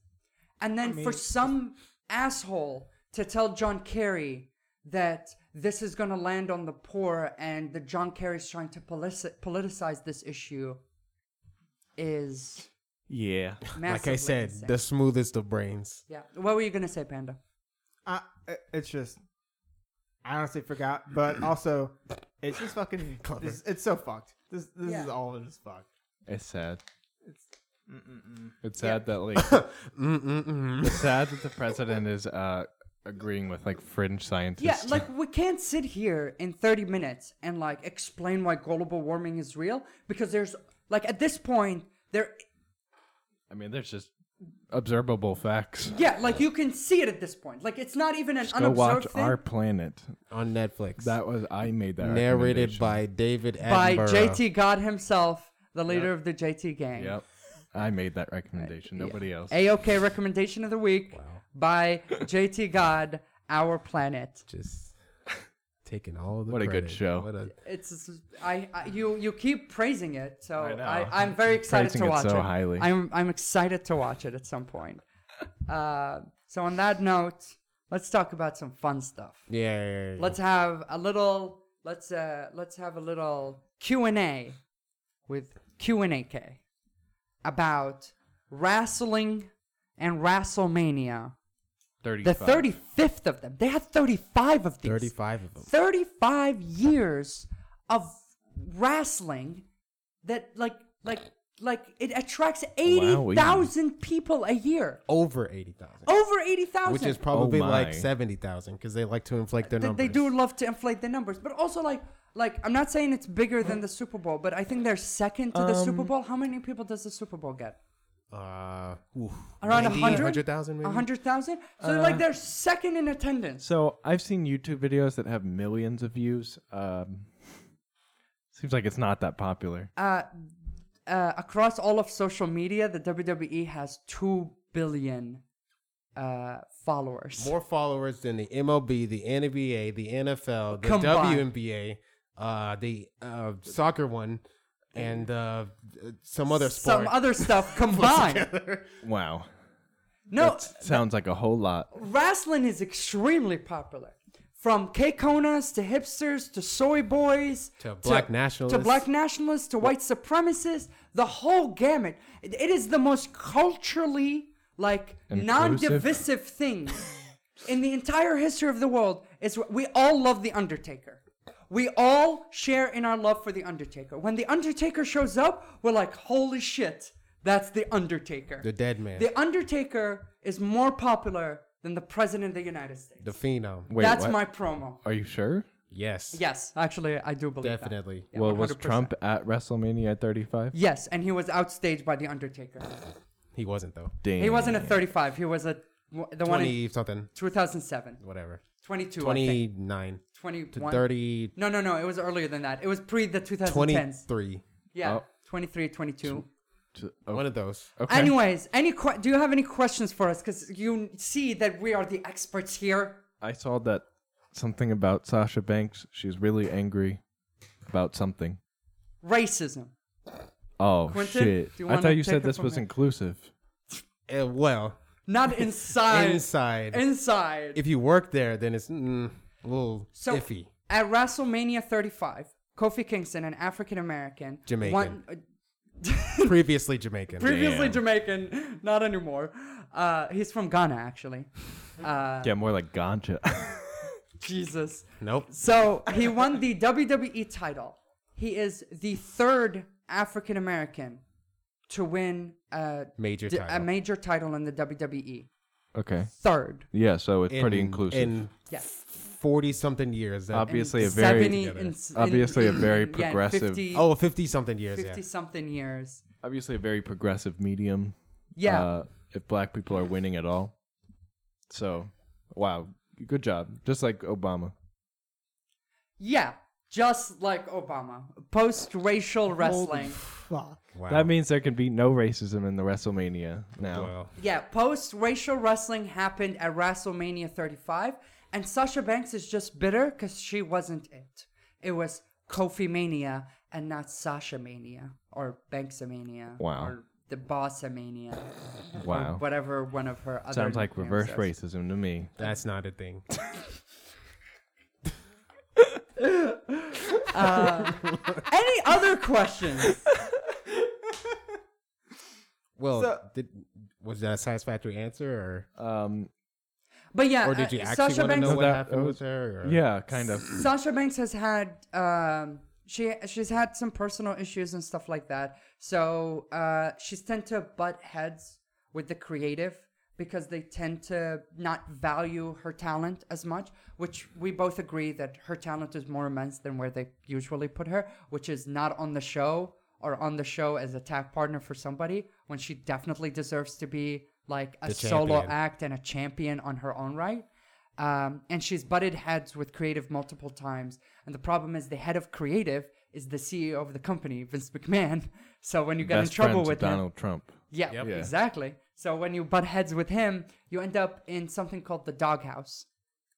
S2: and then for some asshole to tell John Kerry that this is going to land on the poor and that John Kerry's trying to polici- politicize this issue is
S3: Yeah,
S6: like
S2: massively
S6: I said,
S2: insane.
S6: the smoothest of brains.
S2: yeah. What were you going to say, Panda?
S4: I, I- it's just, I honestly forgot. But also, it's just fucking. This, it's so fucked. This this
S2: Yeah.
S4: is all just fucked.
S3: it's sad. It's sad
S2: *laughs*
S3: that like it's sad that the president is uh agreeing with like fringe scientists.
S2: Yeah, like we can't sit here in 30 minutes and like explain why global warming is real because there's like at this point there
S3: I mean, there's just observable facts.
S2: yeah, like you can see it at this point. Like it's not even an
S3: Go
S2: unobserved
S3: watch
S2: thing
S3: Our Planet.
S6: on Netflix.
S3: That was I made that recommendation.
S6: narrated by David
S2: by
S6: Attenborough.
S2: JT God himself, the leader of the JT gang.
S3: Yep, I made that recommendation. Nobody else.
S2: AOK recommendation of the week by JT God, Our Planet.
S6: Just taking all the
S3: What a good
S6: credit.
S3: show.
S6: What a-
S2: It's I, I you you keep praising it, so
S3: know.
S2: I, I'm very excited
S3: Praising
S2: to
S3: it
S2: watch
S3: so highly.
S2: I'm I'm excited to watch it at some point. Uh, so on that note, let's talk about some fun stuff.
S6: yeah, yeah, yeah, yeah.
S2: Let's have a little. Let's uh let's have a little Q and A with Q and AK about wrestling and WrestleMania.
S3: 35.
S2: The thirty fifth of them. They had thirty five of these.
S6: 35 of them.
S2: 35 years of wrestling that like like like it attracts 80,000 people a year.
S6: Over 80,000.
S2: Over 80,000.
S6: Which is probably
S3: Oh my.
S6: like 70,000 because they like to inflate their
S2: Th-
S6: numbers.
S2: they do love to inflate the numbers, but also like like I'm not saying it's bigger than the Super Bowl, but I think they're second to the
S6: Um,
S2: Super Bowl. How many people does the Super Bowl get?
S6: Uh, oof,
S2: Around
S6: 90,
S2: 100?
S6: 100,000 maybe? Uh,
S2: 100,000? So like they're second in attendance.
S3: So I've seen YouTube videos that have millions of views. Um, seems like it's not that popular.
S2: uh, uh, across all of social media, the WWE has two billion uh, followers.
S6: More followers than the MLB, the NBA, the NFL, the
S2: Combined.
S6: WNBA, uh, the uh, soccer one, and uh, some other sport.
S2: Some other
S6: *laughs*
S2: stuff combined.
S3: Wow.
S2: no,
S3: That sounds like a whole lot.
S2: wrestling is extremely popular. From K-Konas to hipsters to soy boys
S6: To black
S2: to
S6: nationalists.
S2: black nationalists to white supremacists, the whole gamut. It- it is the most culturally like non-divisive
S6: *laughs*
S2: thing in the entire history of the world. Is we all love the Undertaker. We all share in our love for the Undertaker. When the Undertaker shows up, we're like, "Holy shit, that's the Undertaker."
S6: the dead man,
S2: The Undertaker is more popular than the President of the United States.
S6: the phenom.
S3: Wait,
S2: That's
S3: what?
S2: my promo.
S3: Are you sure?
S6: Yes.
S2: Yes, actually, I do believe that.
S6: Definitely.
S2: Yeah,
S3: well, was
S2: 100%.
S3: Trump at WrestleMania 35?
S2: Yes, and he was outstaged by the Undertaker.
S6: He wasn't, though.
S3: Damn.
S2: He wasn't a 35. He was a the one in
S6: 20 something,
S2: 2007,
S6: whatever.
S2: 22, 20,
S6: 29 to
S2: 21.
S6: 30,
S2: No, no, no. It was earlier than that. It was pre the 2010s.
S6: 23.
S2: Yeah,
S3: Oh.
S2: 23, 22. Oh.
S6: One of those.
S3: Okay.
S2: Anyways, any que- do you have any questions for us? Because you see that we are the experts here.
S3: I saw that something about Sasha Banks. She's really angry about something.
S2: Racism.
S3: Oh
S2: Quentin,
S3: shit!
S2: do you
S3: I
S2: wanna
S3: thought you
S2: take
S3: said
S2: it
S3: this
S2: from
S3: was
S2: here?
S3: inclusive.
S6: Uh, well, *laughs*
S2: Not inside.
S6: Inside.
S2: Inside.
S6: if you work there, then it's mm, a little
S2: So
S6: iffy.
S2: at WrestleMania 35, Kofi Kingston, an African American,
S6: Jamaican. Previously
S2: *laughs*
S6: Jamaican.
S2: previously Jamaican, not anymore. Uh, he's from Ghana, actually.
S3: yeah, more like ganja. *laughs*
S2: Jesus.
S6: nope.
S2: So he won
S6: *laughs*
S2: the WWE title. He is the third African American to win a
S6: Major
S2: d- a
S6: title.
S2: major title in the E. WWE.
S3: okay.
S2: Third.
S3: Yeah, so it's pretty
S6: In-
S3: inclusive.
S6: In
S2: Yes.
S6: forty something years. That,
S3: obviously, a
S2: And
S3: very
S2: 70 and s-
S3: obviously a very
S2: yeah, and
S3: progressive-
S2: 50,
S6: oh, 50 something years.
S2: 50
S6: Yeah.
S2: something years.
S3: obviously a very progressive medium.
S2: Yeah.
S3: Uh, if black people are winning at all. So, wow, good job. Just like Obama.
S2: Yeah, just like Obama. Post racial wrestling.
S6: Wow.
S3: That means there can be no racism in the WrestleMania now.
S6: Well,
S2: Yeah, post racial wrestling happened at WrestleMania 35, and Sasha Banks is just bitter because she wasn't it. It was Kofi Mania and not Sasha Mania or Banks Mania.
S3: Wow.
S2: Or the Bossa Mania.
S3: wow.
S2: Whatever one of her other.
S3: Sounds like
S2: nicknames
S3: reverse
S2: is.
S3: racism to me.
S6: that's not
S2: *laughs*
S6: a thing.
S2: Any other questions?
S6: Well, did, was that a satisfactory answer, or
S3: Um,
S2: But yeah,
S6: or did you
S2: uh,
S6: actually
S2: Sasha
S6: want to
S2: Banks
S6: know what
S3: That-
S6: happened
S3: that
S6: with her? Or?
S3: yeah, kind of.
S2: Sasha Banks has had um, she she's had some personal issues and stuff like that. So uh, she's tend to butt heads with the creative because they tend to not value her talent as much, which we both agree that her talent is more immense than where they usually put her, which is not on the show or on the show as a tag partner for somebody when she definitely deserves to be like a
S6: The
S2: solo
S6: champion.
S2: act and a champion on her own right. Um, and she's butted heads with creative multiple times. And the problem is the head of creative is the CEO of the company, Vince McMahon. *laughs* So when you get
S5: Best
S2: in trouble
S5: friends
S2: with
S5: with
S2: him,
S5: Donald Trump.
S2: yeah,
S5: Yeah.
S2: exactly. So when you butt heads with him, you end up in something called the doghouse.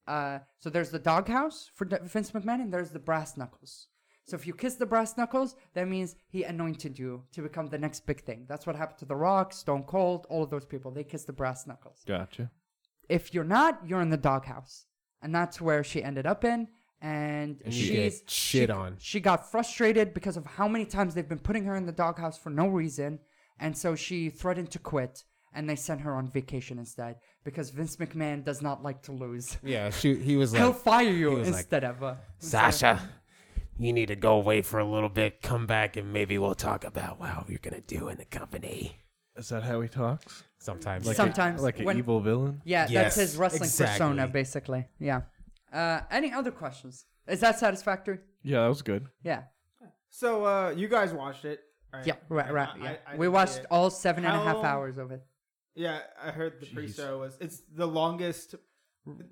S2: Uh, so there's the doghouse for D- Vince McMahon, and there's the brass knuckles. So if you kiss the brass knuckles, that means he anointed you to become the next big thing. That's what happened to The Rock, Stone Cold, all of those people. They kissed the brass knuckles
S5: Gotcha.
S2: if you're not, you're in the doghouse, and that's where she ended up in. And,
S6: And you
S2: she's
S6: get shit
S2: she-
S6: on.
S2: She got frustrated because of how many times they've been putting her in the doghouse for no reason, and so she threatened to quit. And they sent her on vacation instead because Vince McMahon does not like to lose.
S6: Yeah, she, he was
S2: He'll
S6: like,
S2: fire you
S6: was like,
S2: instead of. Uh,
S6: Sasha, you need to go away for a little bit, come back, and maybe we'll talk about how you're going to do in the company.
S3: Is that how he talks?
S6: Sometimes.
S2: Like- Sometimes
S3: like an
S2: when-
S3: evil villain.
S2: yeah, that's
S6: Yes,
S2: his wrestling persona,
S6: exactly.
S2: basically. Yeah. Uh, any other questions? Is that satisfactory?
S3: Yeah, that was good.
S2: Yeah.
S4: So uh, you guys watched it. Right?
S2: Yeah. Right. Right.
S4: I-
S2: Yeah.
S4: I- I
S2: we
S4: did
S2: watched
S4: it.
S2: all seven and a half
S4: How-
S2: hours of it.
S4: Yeah, I heard the pre-show was it's the longest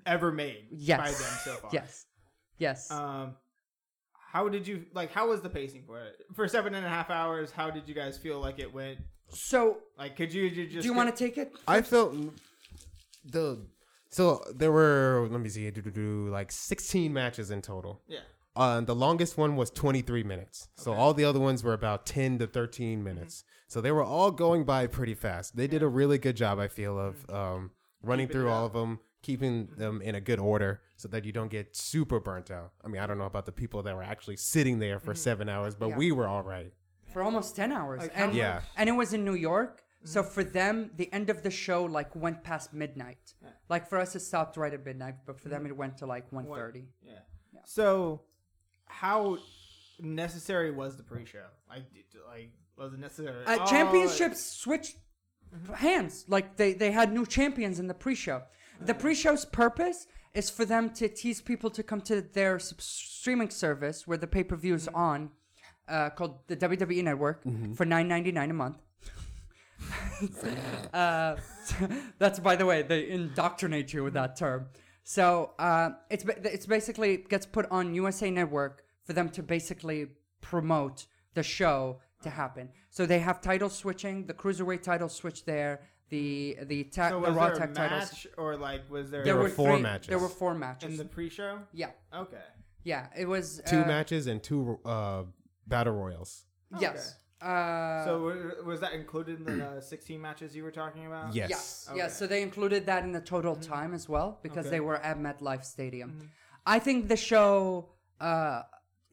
S4: ever made
S2: Yes.
S4: by them so far.
S2: Yes. Yes.
S4: Um, how did you like? How was the pacing for it? For seven and a half hours, how did you guys feel like it went?
S2: so,
S4: Like, could you, you just?
S2: do you want to take it?
S6: I felt the. So there were, let me see, do-do-do, like 16 matches in total.
S4: Yeah.
S6: Uh, the longest one was 23 minutes. So all the other ones were about 10 to
S2: Mm-hmm.
S6: 13 minutes. So they were all going by pretty fast. They did a really good job, I feel, of
S2: Mm-hmm.
S6: um, running through all of them, keeping them in a good order so that you don't get super burnt out. I mean, I don't know about the people that were actually sitting there for seven hours, but
S2: Mm-hmm. Yeah.
S6: we were all right.
S2: for almost 10 hours
S4: Like, how
S2: and
S4: much-
S6: Yeah.
S2: and it was in new york so
S4: Mm-hmm.
S2: for them the end of the show like went past midnight like for us it stopped right at midnight but for them
S4: Mm-hmm.
S2: it went to like 1.30
S4: Yeah. So, how necessary was the pre-show? Like, did, like was it necessary?
S2: uh,
S4: at all?
S2: championships switched
S4: Mm-hmm.
S2: hands like they, they had new champions in the pre-show the
S4: Mm-hmm.
S2: pre-show's purpose is for them to tease people to come to their sub- streaming service where the pay-per-view is
S4: Mm-hmm.
S2: on uh, called the wwe network
S6: Mm-hmm.
S2: for 9.99 a month *laughs* uh, *laughs* that's by the way they indoctrinate you with that term so uh, it's ba- it's basically gets put on usa network for them to basically promote the show to happen so they have title switching the cruiserweight title switch there the the, ta-
S4: So
S2: the
S4: was
S2: raw
S4: there a
S2: tag
S4: match
S2: titles
S4: or like was there,
S2: there
S6: were
S2: were
S6: four
S2: three-
S6: matches.
S2: there were four
S4: in
S2: matches
S4: the pre-show?
S2: yeah
S4: Okay.
S2: yeah it was
S6: Two
S2: uh,
S6: matches and two uh, battle royals.
S2: yes uh,
S4: So wa- was that included in the
S2: *clears throat*
S4: uh, 16 matches you were talking about?
S6: Yes.
S2: Yes.
S4: Okay.
S2: Yeah, Oh, so they included that in the total time as well because they were at MetLife Stadium. I think the show uh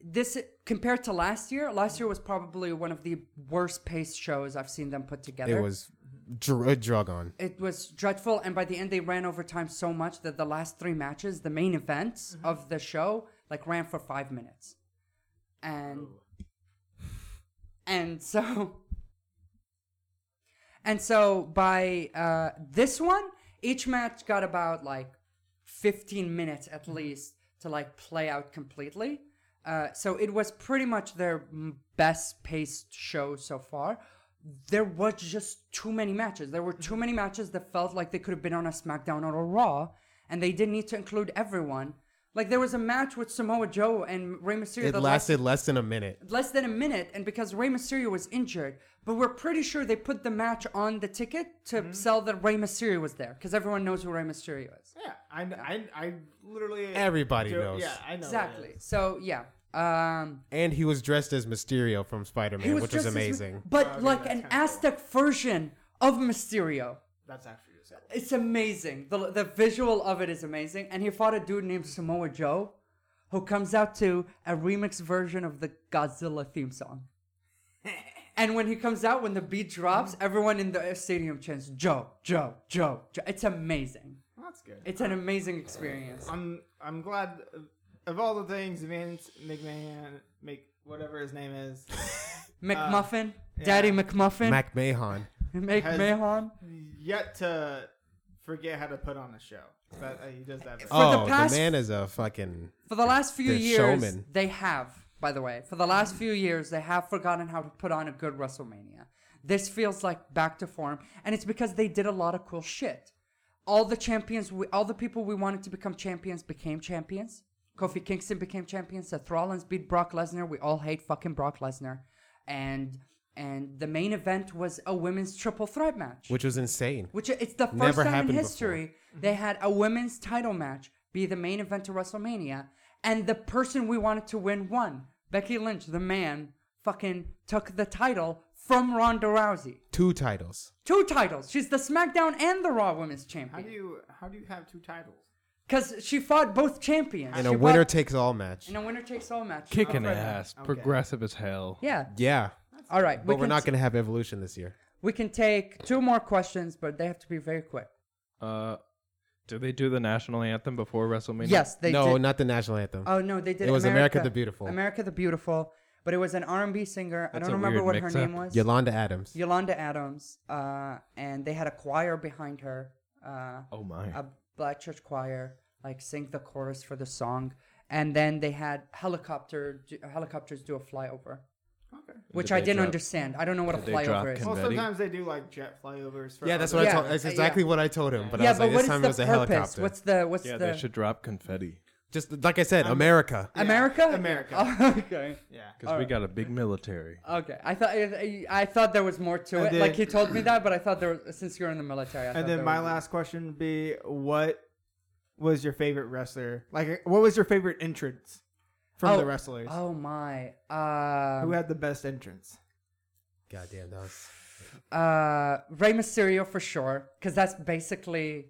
S2: this compared to last year, last year was probably one of the worst paced shows I've seen them put together.
S6: It was dr- drug on.
S2: It was dreadful, and by the end, they ran over time so much that the last three matches, the main events of the show, like ran for five minutes, and and *laughs* so and so by uh, this one, each match got about like fifteen minutes at
S6: Mm-hmm.
S2: least to like play out completely. Uh, so it was pretty much their m- best paced show so far there was just too many matches. There were too
S6: Mm-hmm.
S2: many matches that felt like they could have been on a SmackDown or a Raw, and they didn't need to include everyone. Like there was a match with Samoa Joe and Rey Mysterio
S6: It
S2: that
S6: lasted less than a minute.
S2: less than a minute, and because Rey Mysterio was injured, but we're pretty sure they put the match on the ticket to sell that Rey Mysterio was there because everyone knows who Rey Mysterio is.
S4: Yeah, I, I, I literally
S6: Everybody
S4: do-
S6: knows.
S4: Yeah, I know what it
S2: Exactly.
S4: is.
S2: So yeah. Um,
S6: And he was dressed as Mysterio from Spider
S2: he
S6: Man,
S2: was
S6: which was
S2: just as-
S6: amazing.
S2: but
S4: Okay,
S2: like
S4: Oh, that's
S2: an
S4: kinda cool.
S2: Aztec version of Mysterio.
S4: That's actually the same.
S2: It's amazing. The, the visual of it is amazing. And he fought a dude named Samoa Joe who comes out to a remix version of the Godzilla theme
S4: *laughs*
S2: song. and when he comes out, when the beat drops, everyone in the stadium chants, Joe, Joe, Joe, Joe. It's amazing.
S4: That's good.
S2: It's an amazing
S4: Uh,
S2: experience.
S4: I'm I'm glad of all the things Vince McMahon make whatever his name is,
S2: McMuffin, Daddy McMuffin,
S6: Mac Mahon.
S4: has-
S2: McMahon.
S4: yet to forget how to put on a show. But uh, he does that. Very
S6: oh,
S2: past-
S6: the man is a fucking.
S2: For the last few
S6: The
S2: years,
S6: showman.
S2: they have. By the way, for the last few years, they have forgotten how to put on a good WrestleMania. This feels like back to form, and it's because they did a lot of cool shit. All the champions, we, all the people we wanted to become champions became champions. Kofi Kingston became champion. Seth Rollins beat Brock Lesnar. We all hate fucking Brock Lesnar, and and the main event was a women's triple threat match.
S6: Which was insane.
S2: Which it's the first
S6: Never
S2: time in
S6: happened
S2: history they had a women's title match be the main event to WrestleMania, and the person we wanted to win won. Becky Lynch, the man, fucking took the title from Ronda Rousey.
S6: Two titles.
S2: Two titles. She's the SmackDown and the Raw Women's
S4: how do
S2: Champion.
S4: you how do you have two titles?
S2: Because she fought both champions.
S6: And
S2: She
S6: a winner
S2: fought-
S6: takes all match.
S2: in a winner takes all match.
S5: Kicking
S4: Okay.
S5: ass,
S4: Okay.
S5: progressive as hell.
S2: Yeah.
S6: Yeah.
S2: All right.
S6: But we are
S2: can
S6: not
S2: t-
S6: going to have Evolution this year.
S2: We can take two more questions, but they have to be very quick.
S5: Uh, do they do the national anthem before WrestleMania?
S2: Yes, they
S6: no,
S2: did.
S6: not the national anthem.
S2: Oh no, they did.
S6: It was America the Beautiful.
S2: America the Beautiful, but it was an R and B singer. I
S5: That's
S2: don't
S5: a
S2: remember
S5: weird
S2: what her
S5: mix-up.
S2: name was.
S6: Yolanda Adams.
S2: Yolanda Adams, uh, and they had a choir behind her. Uh,
S5: Oh my.
S2: a black church choir like sing the chorus for the song, and then they had helicopter helicopters do a flyover, which
S5: Did
S2: I
S5: they
S2: didn't
S5: drop-
S2: understand. I don't know what a
S5: did they drop
S2: flyover is.
S5: con-
S4: Well,
S5: Betty?
S4: sometimes they do like jet flyovers. For
S6: Yeah, that's
S4: other
S6: what I
S2: Yeah.
S6: told. That's
S2: Yeah.
S6: exactly what I told him. But I
S2: yeah,
S6: was
S2: but
S6: like,
S2: what
S6: this
S2: is
S6: time
S2: the
S6: it was a
S2: purpose?
S6: helicopter.
S2: What's the what's
S5: Yeah,
S2: the
S5: they should drop confetti
S6: Just like I said, America.
S2: America? *laughs*
S4: America.
S2: Oh, okay.
S4: Yeah.
S5: because we got a big military.
S2: Okay, I thought I, I thought there was more to
S4: And
S2: it. like
S4: then-
S2: he told me that, but I thought there was since you're in the military. I thought
S4: And then
S2: there
S4: my
S2: was-
S4: last question would be what was your favorite wrestler? Like what was your favorite entrance from
S2: Oh,
S4: the wrestlers?
S2: Oh my.
S4: Who
S2: Uh,
S4: had the best entrance?
S2: *laughs*
S6: Goddamn, that was-
S2: uh, Rey Mysterio for sure, because that's basically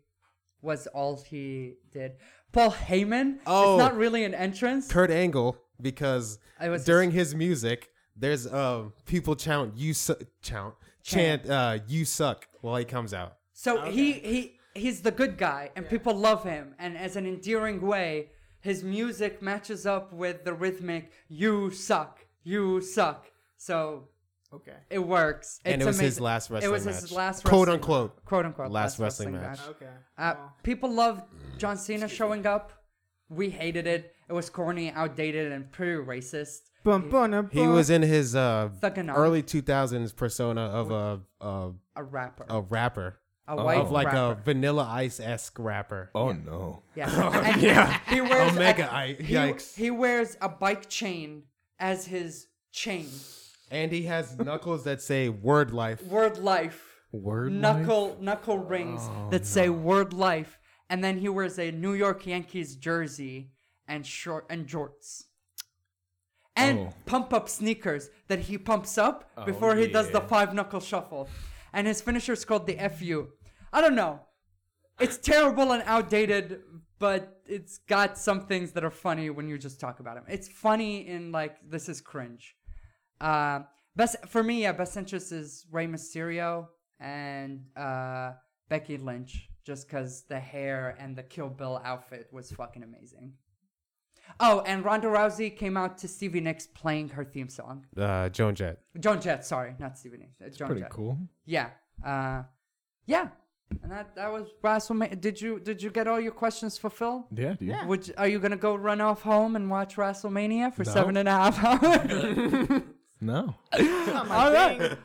S2: was all he did. Paul Heyman.
S6: Oh.
S2: it's not really an entrance.
S6: Kurt Angle because
S2: I was-
S6: during his music, there's um people chant you su- chant chant uh you suck while he comes out.
S2: so he he he's the good guy, and people love him, and as an endearing way, his music matches up with the rhythmic "You suck, you suck." So
S4: Okay.
S2: It works. It's
S6: And it was his
S2: amazing.
S6: last wrestling
S2: It was
S6: match.
S2: his last
S6: Quote
S2: wrestling-
S6: unquote.
S2: Quote unquote.
S6: Last wrestling match.
S4: Okay.
S2: Uh,
S4: Well,
S2: people loved John Cena showing up. We hated it. It was corny, outdated, and pretty racist.
S4: bum, bum, bum,
S6: He was in his uh
S2: Thuggin' Out.
S6: early 2000s persona of a a,
S2: A rapper.
S6: a rapper
S2: a white
S6: of like
S2: rapper.
S6: *laughs* a Vanilla Ice esque rapper.
S5: Oh no.
S2: Yeah. And yeah. He wears
S6: Omega
S2: a,
S6: I-
S2: he-
S6: yikes.
S2: He, wears a bike chain as his chain.
S6: And he has knuckles that say word life.
S2: Word life.
S5: Word. Oh,
S2: Knuckle knuckle rings that say word life. And then he wears a New York Yankees jersey and short and jorts. And
S5: Oh.
S2: pump up sneakers that he pumps up before he does the five knuckle shuffle. And his finisher is called the FU. I don't know. It's terrible and outdated, but it's got some things that are funny when you just talk about him. It's funny in like this is cringe. Uh, best for me, yeah, best interest is Rey Mysterio and uh, Becky Lynch, just because the hair and the Kill Bill outfit was fucking amazing. Oh, and Ronda Rousey came out to Stevie Nicks playing her theme song.
S6: Uh Joan Jett.
S2: Joan Jett, sorry, not Stevie Nicks. Uh, Joan
S5: Pretty
S2: Jett.
S5: cool.
S2: Yeah, uh, yeah, and that that was WrestleMania. Did you did you get all your questions fulfilled?
S5: Yeah, dude.
S2: Would are you gonna go run off home and watch WrestleMania for seven and a half hours?
S5: No.
S4: it's not my thing.
S6: *laughs*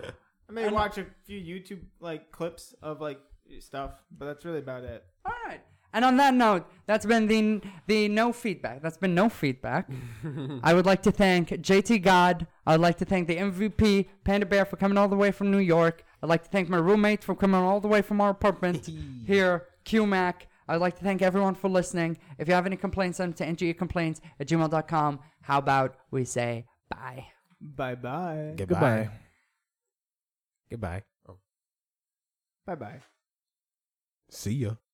S4: I may watch a few YouTube like clips of like stuff, but that's really about it.
S2: All right. And on that note, that's been the the no feedback. That's been no feedback. I would like to thank JT God. I would like to thank the MVP Panda Bear for coming all the way from New York. I'd like to thank my roommate for coming all the way from our apartment here, QMac. I'd like to thank everyone for listening. If you have any complaints, send them to ngecomplaints at gmail.com. How about we say bye?
S4: Bye bye.
S6: Goodbye.
S5: Goodbye.
S6: Goodbye.
S4: Bye bye.
S6: See ya.